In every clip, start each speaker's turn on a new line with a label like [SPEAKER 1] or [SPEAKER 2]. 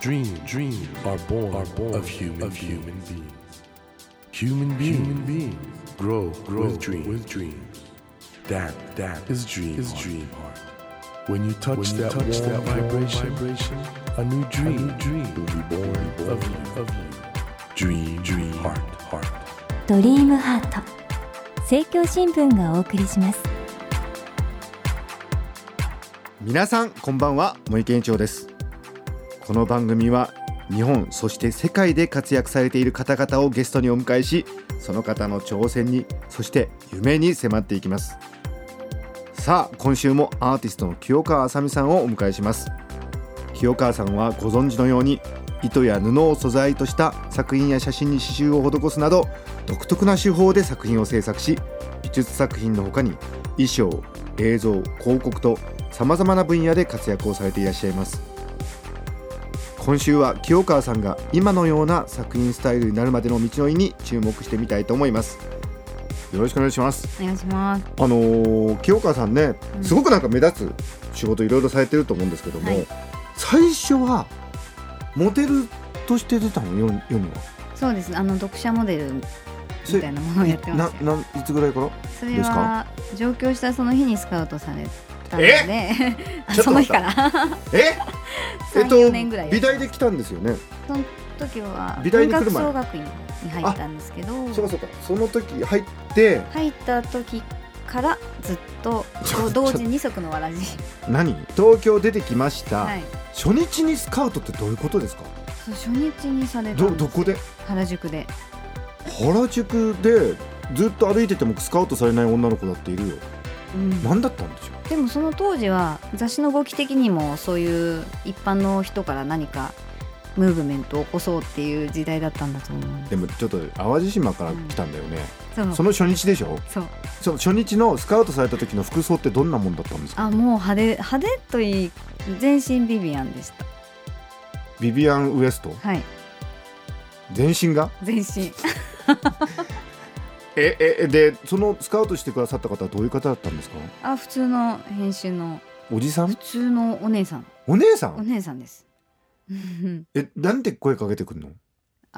[SPEAKER 1] dreams, dreams are born, are born of human, of human beings. Human beings, human beings grow, grow with, dream, with dreams. That, that is dream, is dream heart. When you touch
[SPEAKER 2] When you
[SPEAKER 1] that,
[SPEAKER 2] touch
[SPEAKER 1] warm
[SPEAKER 2] that warm
[SPEAKER 1] vibration, a new dream, dream will be born, of you, of you. Dream, dream heart, heart.
[SPEAKER 3] ドリームハート政教新聞がお送りします
[SPEAKER 4] 皆さんこんばんは森健一郎ですこの番組は日本そして世界で活躍されている方々をゲストにお迎えしその方の挑戦にそして夢に迫っていきますさあ今週もアーティストの清川あさみさんをお迎えします清川さんはご存知のように糸や布を素材とした作品や写真に刺繍を施すなど独特な手法で作品を制作し美術作品のほかに衣装映像広告とさまざまな分野で活躍をされていらっしゃいます今週は清川さんが今のような作品スタイルになるまでの道のりに注目してみたいと思いますよろしくお願いします
[SPEAKER 5] お願いします。
[SPEAKER 4] あのー清川さんね
[SPEAKER 5] うん
[SPEAKER 4] すごくなんか目立つ仕事いろいろされてると思うんですけども、
[SPEAKER 5] はい
[SPEAKER 4] 最初はモデルとして出たのよ読むのは
[SPEAKER 5] そうですね。あの読者モデルみ
[SPEAKER 4] それ
[SPEAKER 5] たいなものをやってますよ。
[SPEAKER 4] ななんいつぐらい から
[SPEAKER 5] それ
[SPEAKER 4] です
[SPEAKER 5] は
[SPEAKER 4] か
[SPEAKER 5] 上京したその日にスカウトされたので、あ その日から
[SPEAKER 4] え
[SPEAKER 5] 三四年ぐらい。
[SPEAKER 4] 美大で来たんですよね
[SPEAKER 5] 時は
[SPEAKER 4] 美大に来る前
[SPEAKER 5] 文学総学院に入ったんですけど、
[SPEAKER 4] そうかそうかその時入って
[SPEAKER 5] 入った時からずっと
[SPEAKER 4] ちょ
[SPEAKER 5] 同
[SPEAKER 4] ちょ
[SPEAKER 5] 時二足のわらじ。
[SPEAKER 4] 何東京出てきました、
[SPEAKER 5] はい。
[SPEAKER 4] 初日にスカウトってどういうことですか
[SPEAKER 5] そう初日にされた
[SPEAKER 4] ど
[SPEAKER 5] んです
[SPEAKER 4] どこで
[SPEAKER 5] 原宿で。
[SPEAKER 4] 原宿でずっと歩いててもスカウトされない女の子だっているよ
[SPEAKER 5] うん
[SPEAKER 4] 何だったんでしょ
[SPEAKER 5] でもその当時は雑誌の動き的にもそういう一般の人から何かムーブメントを起こそうっていう時代だったんだと思うん
[SPEAKER 4] う
[SPEAKER 5] で
[SPEAKER 4] でもちょっと淡路島から来たんだよね、
[SPEAKER 5] そう
[SPEAKER 4] その初日でしょ
[SPEAKER 5] そう
[SPEAKER 4] その初日のスカウトされた時の服装ってどんなもんだったんですか
[SPEAKER 5] あもう派手派手といい全身ビビアンでした
[SPEAKER 4] ビビアン・ウエスト
[SPEAKER 5] はい
[SPEAKER 4] 全身が
[SPEAKER 5] 全身
[SPEAKER 4] えええでそのスカウトしてくださった方はどういう方だったんですか
[SPEAKER 5] あ普通の編集の
[SPEAKER 4] おじさん
[SPEAKER 5] 普通のお姉さん
[SPEAKER 4] お姉さ
[SPEAKER 5] お
[SPEAKER 4] ん
[SPEAKER 5] 姉さんです明
[SPEAKER 4] えなんで声かけてくんの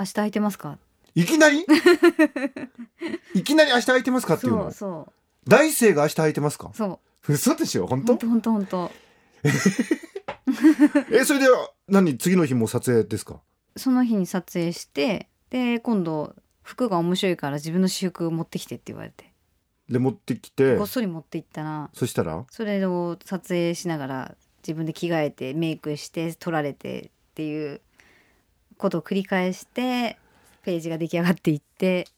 [SPEAKER 5] 日空いてますか
[SPEAKER 4] いき なりいきなり明日空いてますかっていう
[SPEAKER 5] そう
[SPEAKER 4] の
[SPEAKER 5] そ
[SPEAKER 4] 大生が明日空いてますか
[SPEAKER 5] うそう
[SPEAKER 4] 嘘でしょ本
[SPEAKER 5] ほん
[SPEAKER 4] 当
[SPEAKER 5] とほんとほんと
[SPEAKER 4] えそれで何次の日も撮影ですか
[SPEAKER 5] その日に撮影してで今度服が面白いから自分の私服持ってきてって言われて
[SPEAKER 4] で持ってきて
[SPEAKER 5] ごっそり持っていったら
[SPEAKER 4] そしたら
[SPEAKER 5] それを撮影しながら自分で着替えてメイクして撮られてっていうことを繰り返してページが出来上がっていって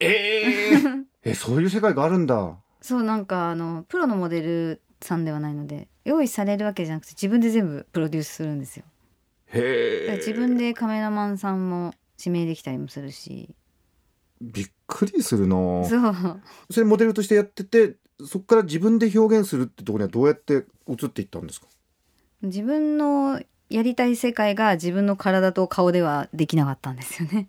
[SPEAKER 4] ええ えそういう世界があるんだ
[SPEAKER 5] そうなんかあのプロのモデルさんではないので用意されるわけじゃなくて自分で全部プロデュースするんですよ。だ
[SPEAKER 4] へ
[SPEAKER 5] か
[SPEAKER 4] え
[SPEAKER 5] ら自分でカメラマンさんも指名できたりもするし
[SPEAKER 4] びっくりするな
[SPEAKER 5] そう
[SPEAKER 4] それモデルとしてやっててそこから自分で表現するってところにはどうやって移っていったんですか
[SPEAKER 5] 自分のやりたい世界が自分の体と顔ではできなかったんですよね。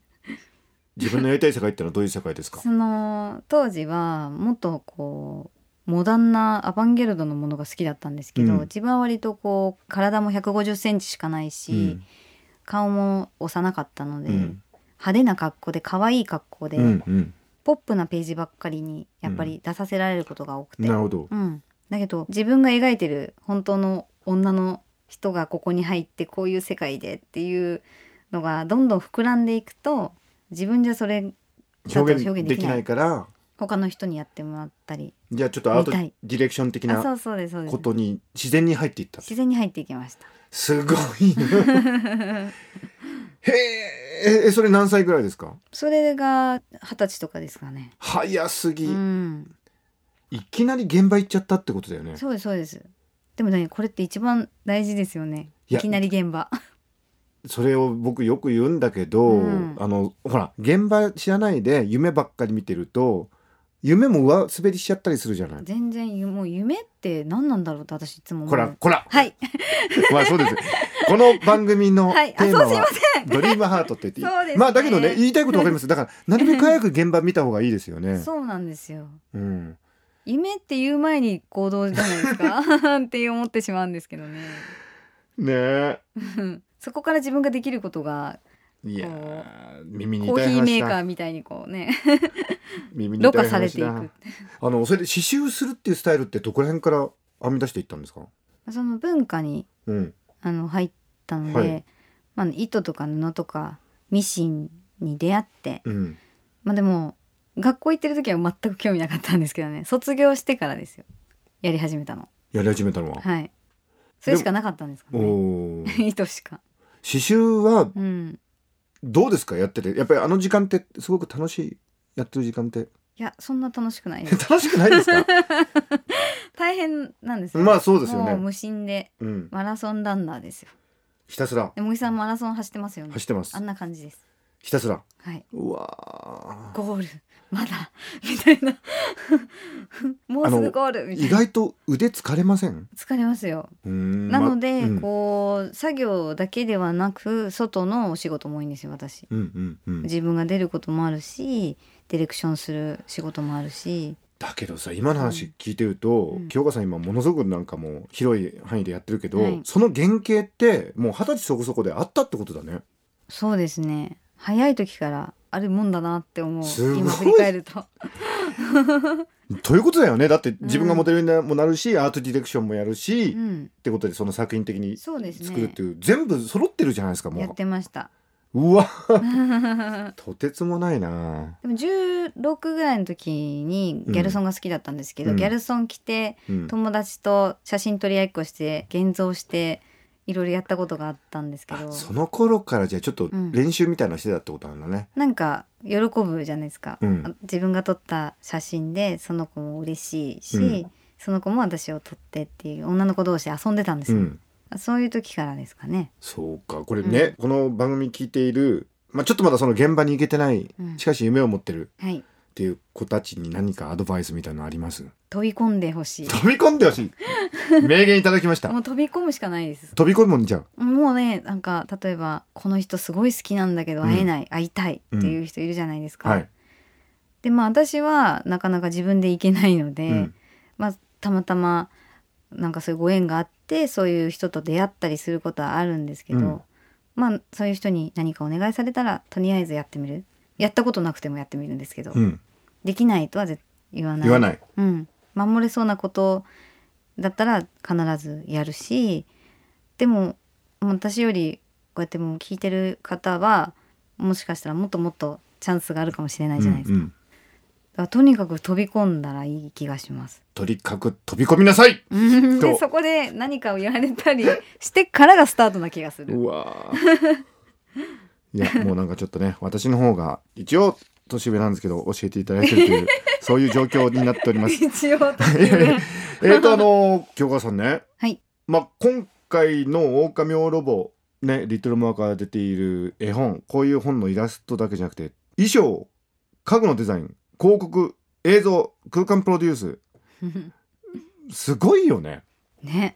[SPEAKER 4] 自分のやりたい世界ってのはどういう世界です か
[SPEAKER 5] その当時はもっとこうモダンなアバンギャルドのものが好きだったんですけど、
[SPEAKER 4] うん
[SPEAKER 5] 自分は割とこう体も1 5 0センチしかないし、
[SPEAKER 4] うん
[SPEAKER 5] 顔も幼かったので、
[SPEAKER 4] うん
[SPEAKER 5] 派手な格好で可愛い格好で、
[SPEAKER 4] うんうん
[SPEAKER 5] ポップなページばっかりにやっぱり出させられることが多くて、
[SPEAKER 4] なるほど
[SPEAKER 5] うん、だけど自分が描いてる本当の女の人がここに入ってこういう世界でっていうのがどんどん膨らんでいくと自分じゃそれだと
[SPEAKER 4] 表現できないから
[SPEAKER 5] 他の人にやってもらったり
[SPEAKER 4] じゃあちょっとアート
[SPEAKER 5] 見たい
[SPEAKER 4] ディレクション的
[SPEAKER 5] あそ
[SPEAKER 4] な
[SPEAKER 5] うそうですそうです
[SPEAKER 4] ことに自然に入っていった
[SPEAKER 5] 自然に入っていきました
[SPEAKER 4] すごいなへええそれ何歳ぐらいですか
[SPEAKER 5] それが二十歳とかですかね
[SPEAKER 4] 早すぎ、
[SPEAKER 5] うん
[SPEAKER 4] いきなり現場行っちゃったってことだよね
[SPEAKER 5] そうですそうですでもねこれって一番大事ですよね
[SPEAKER 4] い
[SPEAKER 5] い
[SPEAKER 4] や
[SPEAKER 5] きなり現場
[SPEAKER 4] それを僕よく言うんだけど、
[SPEAKER 5] うん
[SPEAKER 4] あのほら現場知らないで夢ばっかり見てると夢も上滑りしちゃったりするじゃない
[SPEAKER 5] 全然もう夢って何なんだろうって私いつも思う
[SPEAKER 4] こらこら
[SPEAKER 5] はい
[SPEAKER 4] まあそうですこの番組の
[SPEAKER 5] はい
[SPEAKER 4] テ
[SPEAKER 5] あ
[SPEAKER 4] ーマ
[SPEAKER 5] そうすい
[SPEAKER 4] は
[SPEAKER 5] ま
[SPEAKER 4] 「ドリームハート」って言っていい
[SPEAKER 5] そうですね
[SPEAKER 4] まあだけどね言いたいことわかりますだ からなるべく早く現場見た方がいいですよ
[SPEAKER 5] せん
[SPEAKER 4] ね。
[SPEAKER 5] そうなんですよ
[SPEAKER 4] うん、
[SPEAKER 5] 夢って言う前に 行動じゃないですかって思ってしまうんですけどね
[SPEAKER 4] ねえ
[SPEAKER 5] そこから自分ができることが
[SPEAKER 4] いやー耳に
[SPEAKER 5] コー
[SPEAKER 4] 痛い
[SPEAKER 5] ヒーメ
[SPEAKER 4] 話
[SPEAKER 5] ーカー
[SPEAKER 4] だ
[SPEAKER 5] みたいにこうね
[SPEAKER 4] 耳に
[SPEAKER 5] ろ
[SPEAKER 4] 痛
[SPEAKER 5] 過
[SPEAKER 4] い
[SPEAKER 5] されて
[SPEAKER 4] 話
[SPEAKER 5] い
[SPEAKER 4] だ
[SPEAKER 5] く
[SPEAKER 4] あのそれで刺繍するっていうスタイルってどこら辺から編み出していったんですか
[SPEAKER 5] その文化に
[SPEAKER 4] うん
[SPEAKER 5] あの入ったので、
[SPEAKER 4] はい
[SPEAKER 5] まあ、糸とか布とかミシンに出会って
[SPEAKER 4] うん
[SPEAKER 5] まあでも学校行ってる時は全く興味なかったんですけどね卒業してからですよやり始めたの
[SPEAKER 4] やり始めたのは、
[SPEAKER 5] はいそれしかなかったんですか
[SPEAKER 4] お
[SPEAKER 5] ね
[SPEAKER 4] おー
[SPEAKER 5] 糸しか
[SPEAKER 4] 刺繍は
[SPEAKER 5] うん
[SPEAKER 4] どうですかやっててやっぱりあの時間ってすごく楽しいやってる時間って
[SPEAKER 5] いやそんな楽しくないです
[SPEAKER 4] 楽しくないです か
[SPEAKER 5] 大変なんですよ
[SPEAKER 4] まあそうですよね
[SPEAKER 5] もう無心で
[SPEAKER 4] うん
[SPEAKER 5] マラソンランナーですよ
[SPEAKER 4] ひたすら
[SPEAKER 5] で茂木さんマラソン走ってますよね
[SPEAKER 4] 走ってます
[SPEAKER 5] あんな感じです
[SPEAKER 4] ひたすら
[SPEAKER 5] はい。
[SPEAKER 4] うわー
[SPEAKER 5] ゴールまだみたいな もうすぐゴールみた
[SPEAKER 4] 意
[SPEAKER 5] いな
[SPEAKER 4] 外と腕疲れません
[SPEAKER 5] 疲れますよ、
[SPEAKER 4] うーん
[SPEAKER 5] なの
[SPEAKER 4] ま
[SPEAKER 5] で、
[SPEAKER 4] うん
[SPEAKER 5] こう作業だけではなく外のお仕事も多いんですよ私
[SPEAKER 4] うんうんうん
[SPEAKER 5] 自分が出ることもあるしディレクションする仕事もあるし
[SPEAKER 4] だけどさ今の話聞いてると、
[SPEAKER 5] うん
[SPEAKER 4] 清香さん今ものすごくなんかもう広い範囲でやってるけど、
[SPEAKER 5] はい
[SPEAKER 4] その原型ってもう二十歳そこそこであったってことだね
[SPEAKER 5] そうですね早い時からあるもんだなって思う
[SPEAKER 4] すごい
[SPEAKER 5] 今振り返 ると
[SPEAKER 4] ということだよねだって自分がモデルにもなるし、アートディレクションもやるし、
[SPEAKER 5] う
[SPEAKER 4] っ
[SPEAKER 5] ん
[SPEAKER 4] てことでその作品的に
[SPEAKER 5] そうですね
[SPEAKER 4] 作るっていう全部揃ってるじゃないですか
[SPEAKER 5] やっ
[SPEAKER 4] も
[SPEAKER 5] てました
[SPEAKER 4] ううわ
[SPEAKER 5] で
[SPEAKER 4] とてつもないな、
[SPEAKER 5] も16ぐらいの時にギャルソンが好きだったんですけど、
[SPEAKER 4] うん
[SPEAKER 5] ギャルソン着て
[SPEAKER 4] うん、
[SPEAKER 5] 友達と写真撮り合いっこして現像していろいろやったことがあったんですけ
[SPEAKER 4] あ
[SPEAKER 5] ど
[SPEAKER 4] その頃からじゃあちょっと
[SPEAKER 5] うん
[SPEAKER 4] 練習みたいなのしてたってことなんだね、
[SPEAKER 5] なんか喜ぶじゃないですか、
[SPEAKER 4] うん
[SPEAKER 5] 自分が撮った写真でその子も嬉しいし、
[SPEAKER 4] うん
[SPEAKER 5] その子も私を撮ってっていう女の子同士遊んでたんです
[SPEAKER 4] う
[SPEAKER 5] よ、
[SPEAKER 4] ん
[SPEAKER 5] そういう時からですかね
[SPEAKER 4] そうかこれね、この番組聞いている、まあ、ちょっとまだその現場に行けてない、
[SPEAKER 5] うん
[SPEAKER 4] しかし夢を持ってる
[SPEAKER 5] はい
[SPEAKER 4] っていう子たちに何かアドバイスみたいなのあります
[SPEAKER 5] 飛び込んでほしい
[SPEAKER 4] 飛び込んでほしい名言いただきました
[SPEAKER 5] もう飛び込むしかないです
[SPEAKER 4] 飛び込むんじゃん
[SPEAKER 5] もうねなんか例えばこの人すごい好きなんだけど会えない、会いたいっていう人いるじゃないですか、
[SPEAKER 4] はい、
[SPEAKER 5] でまあ私はなかなか自分で行けないので、
[SPEAKER 4] うん
[SPEAKER 5] まあ、たまたまなんかそういうご縁があってそういう人と出会ったりすることはあるんですけど、
[SPEAKER 4] うん
[SPEAKER 5] まあそういう人に何かお願いされたらとりあえずやってみるやったことなくてもやってみるんですけど、
[SPEAKER 4] うん、
[SPEAKER 5] できないとは絶言わない
[SPEAKER 4] 言わない
[SPEAKER 5] うん、守れそうなことだったら必ずやるしでも私よりこうやってもう聞いてる方はもしかしたらもっともっとチャンスがあるかもしれないじゃないですか。
[SPEAKER 4] うんうん
[SPEAKER 5] だからとにかく飛び込んだらいい気がします。
[SPEAKER 4] とにかく飛び込みなさい
[SPEAKER 5] でそこで何かをやれたりしてからがスタートな気がする。
[SPEAKER 4] うわーいやもうなんかちょっとね私の方が一応年上なんですけど教えていただいてるというそういう状況になっております
[SPEAKER 5] 一応と
[SPEAKER 4] えーえーとあのー、京川さんね、
[SPEAKER 5] はい
[SPEAKER 4] まあ、今回の「狼王ロボ」ね「リトルマーカー」が出ている絵本こういう本のイラストだけじゃなくて衣装家具のデザイン広告映像空間プロデュースすごいよね
[SPEAKER 5] ね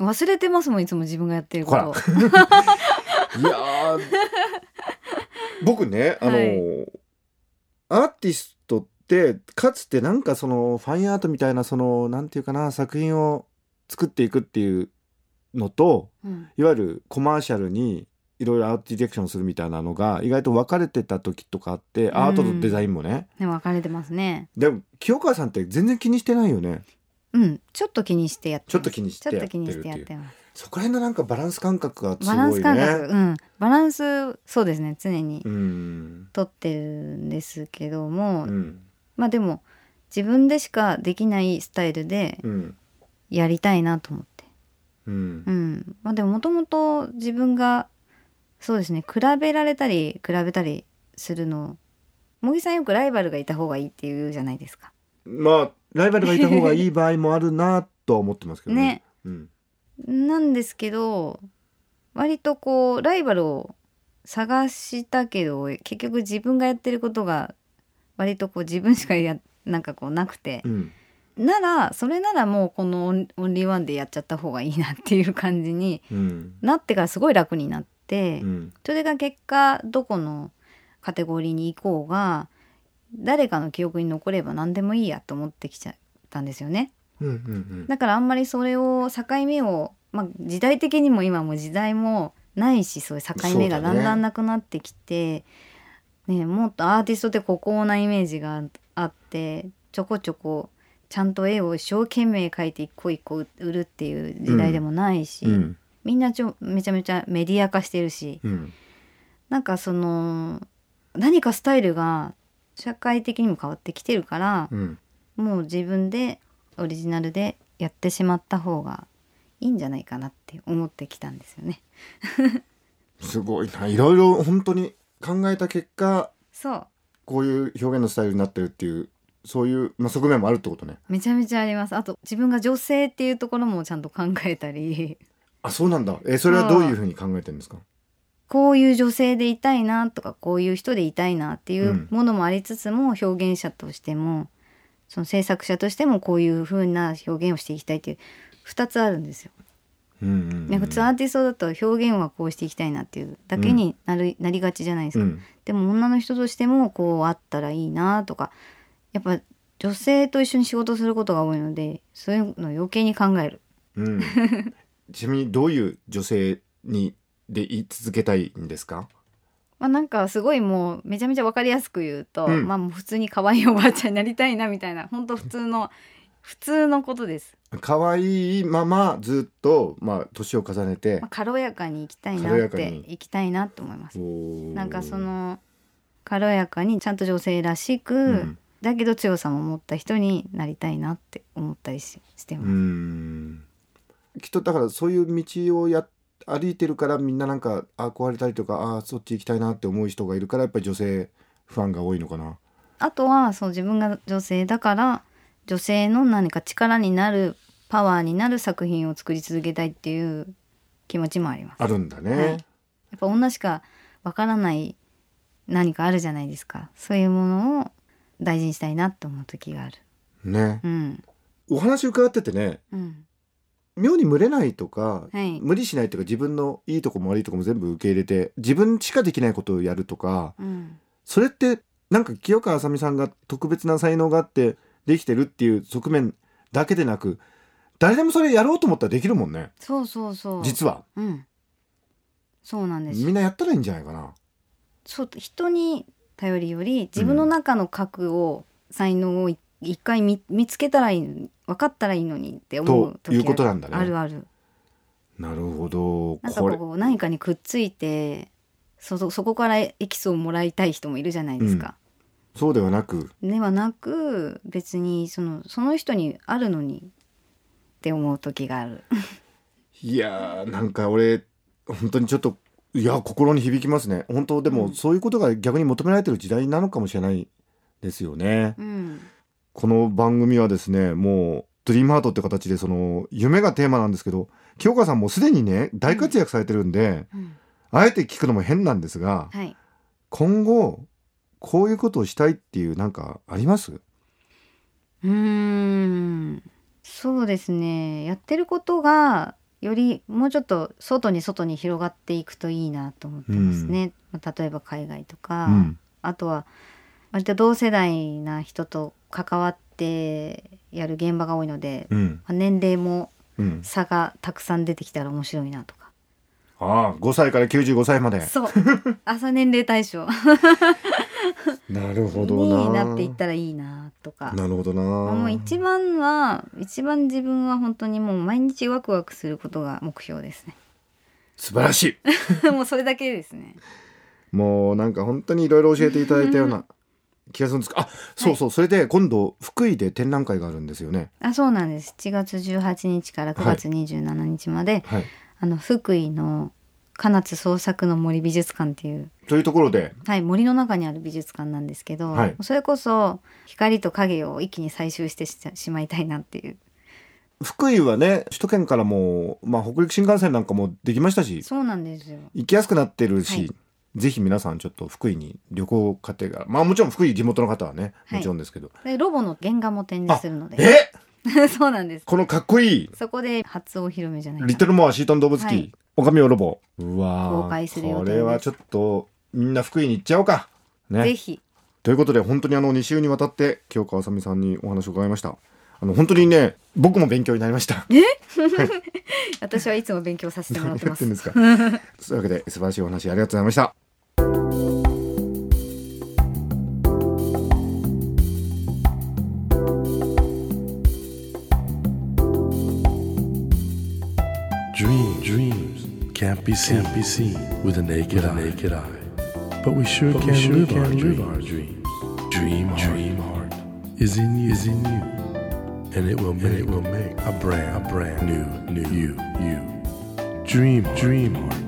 [SPEAKER 5] 忘れてますもんいつも自分がやってることを。
[SPEAKER 4] いやー 僕ねあのー、アーティストってかつてなんかそのファインアートみたいなそのなんていうかな作品を作っていくっていうのと
[SPEAKER 5] うん
[SPEAKER 4] いわゆるコマーシャルにいろいろアートディレクションするみたいなのが意外と分かれてた時とかあってアートとデザインもね、
[SPEAKER 5] ね分かれてますね。
[SPEAKER 4] でも清川さんって全然気にしてないよね
[SPEAKER 5] うんちょっと気にしてやってます
[SPEAKER 4] ちょっと気にして
[SPEAKER 5] ちょ
[SPEAKER 4] や
[SPEAKER 5] っ
[SPEAKER 4] ってるっ
[SPEAKER 5] と
[SPEAKER 4] ていう
[SPEAKER 5] 気にしてやってます。
[SPEAKER 4] そこら辺のなんかバランス感覚がすご
[SPEAKER 5] バランス
[SPEAKER 4] い
[SPEAKER 5] 感覚、
[SPEAKER 4] ね。
[SPEAKER 5] うんバランスそうですね常に
[SPEAKER 4] うん
[SPEAKER 5] 取ってるんですけども、
[SPEAKER 4] うん
[SPEAKER 5] まあでも自分でしかできないスタイルで
[SPEAKER 4] うん
[SPEAKER 5] やりたいなと思って。
[SPEAKER 4] うん
[SPEAKER 5] うん、まあでももともと自分がそうですね比べられたり比べたりするの茂木さんよくライバルがいた方がいいっていうじゃないですか。
[SPEAKER 4] まあライバルがいた方がいい場合もあるなとは思ってますけどね。
[SPEAKER 5] ね
[SPEAKER 4] うん、
[SPEAKER 5] なんですけど割とこうライバルを探したけど結局自分がやってることが割とこう自分しかやなんかこうなくて
[SPEAKER 4] う、ん、
[SPEAKER 5] ならそれならもうこのオンオンリーワンでやっちゃった方がいいなっていう感じに
[SPEAKER 4] うん、
[SPEAKER 5] なってからすごい楽になって。
[SPEAKER 4] うん、
[SPEAKER 5] それが結果どこのカテゴリーに行こうが誰かの記憶に残れば何でもいいやと思ってきちゃったんですよね
[SPEAKER 4] うん、うん、
[SPEAKER 5] だからあんまりそれを境目を、まあ、時代的にも今も時代もないしそういう境目がだんだんなくなってきて、ねもっとアーティストって孤高なイメージがあってちょこちょこちゃんと絵を一生懸命描いて一個一個売るっていう時代でもないし、
[SPEAKER 4] うん
[SPEAKER 5] みんなちょめちゃめちゃメディア化してるし、
[SPEAKER 4] うん
[SPEAKER 5] なんかその何かスタイルが社会的にも変わってきてるから
[SPEAKER 4] う、ん
[SPEAKER 5] もう自分でオリジナルでやってしまった方がいいんじゃないかなって思ってきたんですよね。
[SPEAKER 4] すごいないろいろ本当に考えた結果
[SPEAKER 5] そう
[SPEAKER 4] こういう表現のスタイルになってるっていうそういう、まあ、側面もあるってことね
[SPEAKER 5] めちゃめちゃありますあと自分が女性っていうところもちゃんと考えたり
[SPEAKER 4] あそうなんだえそれはどういうふうに考えてるんですか
[SPEAKER 5] こういう女性でいたいなとかこういう人でいたいなってい
[SPEAKER 4] うん
[SPEAKER 5] うものもありつつも、表現者としてもその制作者としてもこういう風な表現をしていきたいっていう2つあるんですよ。
[SPEAKER 4] うんうんうん
[SPEAKER 5] ね普通アーティストだと表現はこうしていきたいなっていうだけになる、なりがちじゃないです
[SPEAKER 4] う
[SPEAKER 5] か、
[SPEAKER 4] ん
[SPEAKER 5] でも女の人としてもこうあったらいいなとかやっぱ女性と一緒に仕事することが多いのでそういうの余計に考える
[SPEAKER 4] うん ちなみにどういう女性にでい続けたいんですか
[SPEAKER 5] まあなんかすごいもうめちゃめちゃ分かりやすく言うと、
[SPEAKER 4] うん
[SPEAKER 5] まあもう普通に可愛いおばあちゃんになりたいなみたいな本当普通の 普通のことです、
[SPEAKER 4] 可愛いままずっとまあ年を重ねて
[SPEAKER 5] まあ、軽やかに生きたいな
[SPEAKER 4] 軽
[SPEAKER 5] っ
[SPEAKER 4] やか
[SPEAKER 5] て
[SPEAKER 4] に
[SPEAKER 5] 生きたいなと思いますな
[SPEAKER 4] なん
[SPEAKER 5] かその軽やかにちゃんと女性らしく、
[SPEAKER 4] うん
[SPEAKER 5] だけど強さも持った人になりたいなって思ったりしして
[SPEAKER 4] う
[SPEAKER 5] ます、
[SPEAKER 4] んきっとだからそういう道をや歩いてるからみんななんかあ壊れたりとかあそっち行きたいなって思う人がいるからやっぱり女性ファンが多いのかな。
[SPEAKER 5] あとはそう自分が女性だから女性の何か力になるパワーになる作品を作り続けたいっていう気持ちもあります
[SPEAKER 4] あるんだね。
[SPEAKER 5] はいやっぱ女しかわからない何かあるじゃないですかそういうものを大事にしたいなと思う時がある
[SPEAKER 4] ね
[SPEAKER 5] うん
[SPEAKER 4] お話伺っててね
[SPEAKER 5] うん
[SPEAKER 4] 妙に群れないとか、
[SPEAKER 5] はい
[SPEAKER 4] 無理しないとか自分のいいとこも悪いとこも全部受け入れて自分しかできないことをやるとか
[SPEAKER 5] うん
[SPEAKER 4] それってなんか清川あさみさんが特別な才能があってできてるっていう側面だけでなく誰でもそれやろうと思ったらできるもんね
[SPEAKER 5] そうそうそう
[SPEAKER 4] 実は
[SPEAKER 5] うんそうなんです
[SPEAKER 4] みんなやったらいいんじゃないかな
[SPEAKER 5] そう人に頼りより自分の中の核を、才能をい一回見見つけたらいいのに分かったらいいのにって思う時あ
[SPEAKER 4] と
[SPEAKER 5] る
[SPEAKER 4] いうことなんだね
[SPEAKER 5] あるある
[SPEAKER 4] なるほど
[SPEAKER 5] なんか
[SPEAKER 4] これ
[SPEAKER 5] こう何かにくっついてそそそこからエキスをもらいたい人もいるじゃないですか、
[SPEAKER 4] そうではなく
[SPEAKER 5] ではなく別にそのその人にあるのにって思う時がある
[SPEAKER 4] いやーなんか俺本当にちょっといや心に響きますね本当でも、
[SPEAKER 5] うん
[SPEAKER 4] そういうことが逆に求められてる時代なのかもしれないですよね、
[SPEAKER 5] うん
[SPEAKER 4] この番組はですねもう「ドリームハートって形でその夢がテーマなんですけど清川さんもうすでにね大活躍されてるんで、
[SPEAKER 5] うん
[SPEAKER 4] あえて聞くのも変なんですが
[SPEAKER 5] はい
[SPEAKER 4] 今後こういうことをしたいっていうなんかあります
[SPEAKER 5] うーんそうですねやってることがよりもうちょっと外に外に広がっていくといいなと思ってますね、まあ例えば海外とか、
[SPEAKER 4] うん
[SPEAKER 5] あとは割と同世代な人と関わってやる現場が多いので、
[SPEAKER 4] うん
[SPEAKER 5] まあ年齢も
[SPEAKER 4] うん、
[SPEAKER 5] 差がたくさん出てきたら面白い なとか
[SPEAKER 4] ああ5歳から95歳まで
[SPEAKER 5] そう朝年齢対象
[SPEAKER 4] なるほどな
[SPEAKER 5] になっていったらいいなとか
[SPEAKER 4] なるほどな
[SPEAKER 5] もう一番は一番自分は本当にもう毎日ワクワクすることが目標です ね
[SPEAKER 4] 素晴らしい
[SPEAKER 5] もうそれだけですね
[SPEAKER 4] もうなんか本当にいろいろ教えていただいたような気がするんですがあそうそう、それで今度福井で展覧会があるんですよね
[SPEAKER 5] あそうなんです7月18日から9月27日まで、
[SPEAKER 4] はい
[SPEAKER 5] あの福井の金津創作の森美術館っていう、
[SPEAKER 4] というところで
[SPEAKER 5] はい、森の中にある美術館なんですけど、
[SPEAKER 4] はい
[SPEAKER 5] それこそ光と影を一気に採集してししまいたいなっていう
[SPEAKER 4] 福井はね首都圏からも、まあ、北陸新幹線なんかもできましたし
[SPEAKER 5] そうなんですよ
[SPEAKER 4] 行きやすくなってるし、
[SPEAKER 5] はい
[SPEAKER 4] ぜひ皆さんちょっと福井に旅行家庭がまあもちろん福井地元の方はね
[SPEAKER 5] はい
[SPEAKER 4] もちろんですけど、
[SPEAKER 5] でロボの原画も展示するので
[SPEAKER 4] え
[SPEAKER 5] そうなんです
[SPEAKER 4] このかっこいい
[SPEAKER 5] そこで初お披露目じゃないかな
[SPEAKER 4] リトルモアシートン動物記、
[SPEAKER 5] はい
[SPEAKER 4] オカミオロボうわー
[SPEAKER 5] 公開する予定
[SPEAKER 4] こ
[SPEAKER 5] です
[SPEAKER 4] れはちょっとみんな福井に行っちゃおうかね
[SPEAKER 5] ぜひ
[SPEAKER 4] ということで本当にあの2週にわたって清川あさみさんにお話を伺いました。あの本当にね僕も勉強になりました。
[SPEAKER 5] 私はいつも勉強させてもらってます
[SPEAKER 4] 何や ってんですか。そういうわけで素晴らしいお話ありがとうございました。
[SPEAKER 1] Dream dreams can't be seen, be seen with a naked, eye. naked eye. But we sure can, live, our live our dreams. Dream, dream heart is in you, is in you, and it will make, it will make a brand, a brand new, new you, you. Dream, dream heart.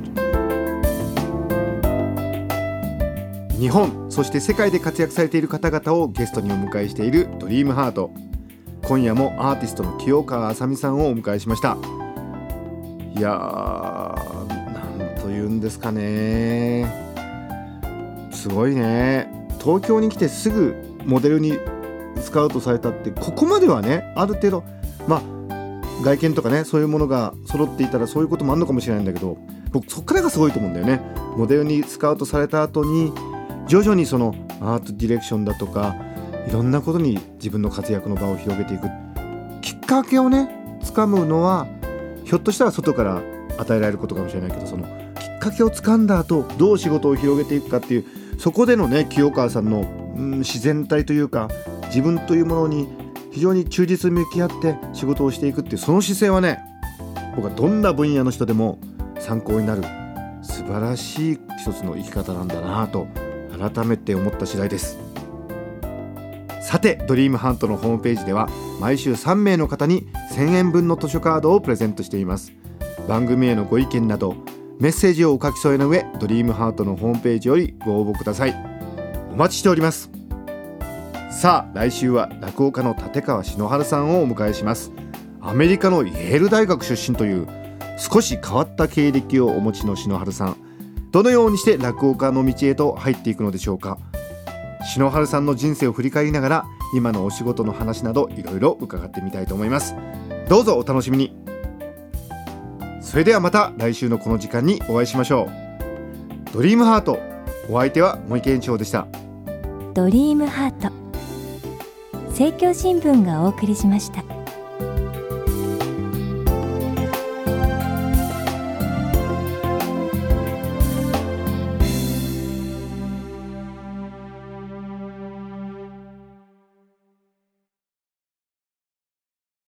[SPEAKER 4] 日本そして世界で活躍されている方々をゲストにお迎えしている「ドリームハート今夜もアーティストの清川あさみさんをお迎えしましたいやーなんというんですかねすごいね東京に来てすぐモデルにスカウトされたってここまではねある程度まあ外見とかねそういうものが揃っていたらそういうこともあるのかもしれないんだけど僕そっからがすごいと思うんだよねモデルにスカウトされた後に徐々にそのアートディレクションだとかいろんなことに自分の活躍の場を広げていくきっかけをね掴むのはひょっとしたら外から与えられることかもしれないけどそのきっかけを掴んだ後どう仕事を広げていくかっていうそこでのね清川さんの、うん自然体というか自分というものに非常に忠実に向き合って仕事をしていくっていうその姿勢はね僕はどんな分野の人でも参考になる素晴らしい一つの生き方なんだなぁと改めて思った次第ですさてドリームハントのホームページでは毎週3名の方に1000円分の図書カードをプレゼントしています番組へのご意見などメッセージをお書き添えの上ドリームハートのホームページよりご応募くださいお待ちしておりますさあ来週は落語家の立川篠原さんをお迎えしますアメリカのイェール大学出身という少し変わった経歴をお持ちの篠原さんどのようにして落語家の道へと入っていくのでしょうか篠原さんの人生を振り返りながら今のお仕事の話などいろいろ伺ってみたいと思いますどうぞお楽しみにそれではまた来週のこの時間にお会いしましょうドリームハートお相手は森健一郎でした
[SPEAKER 3] ドリームハート政教新聞がお送りしました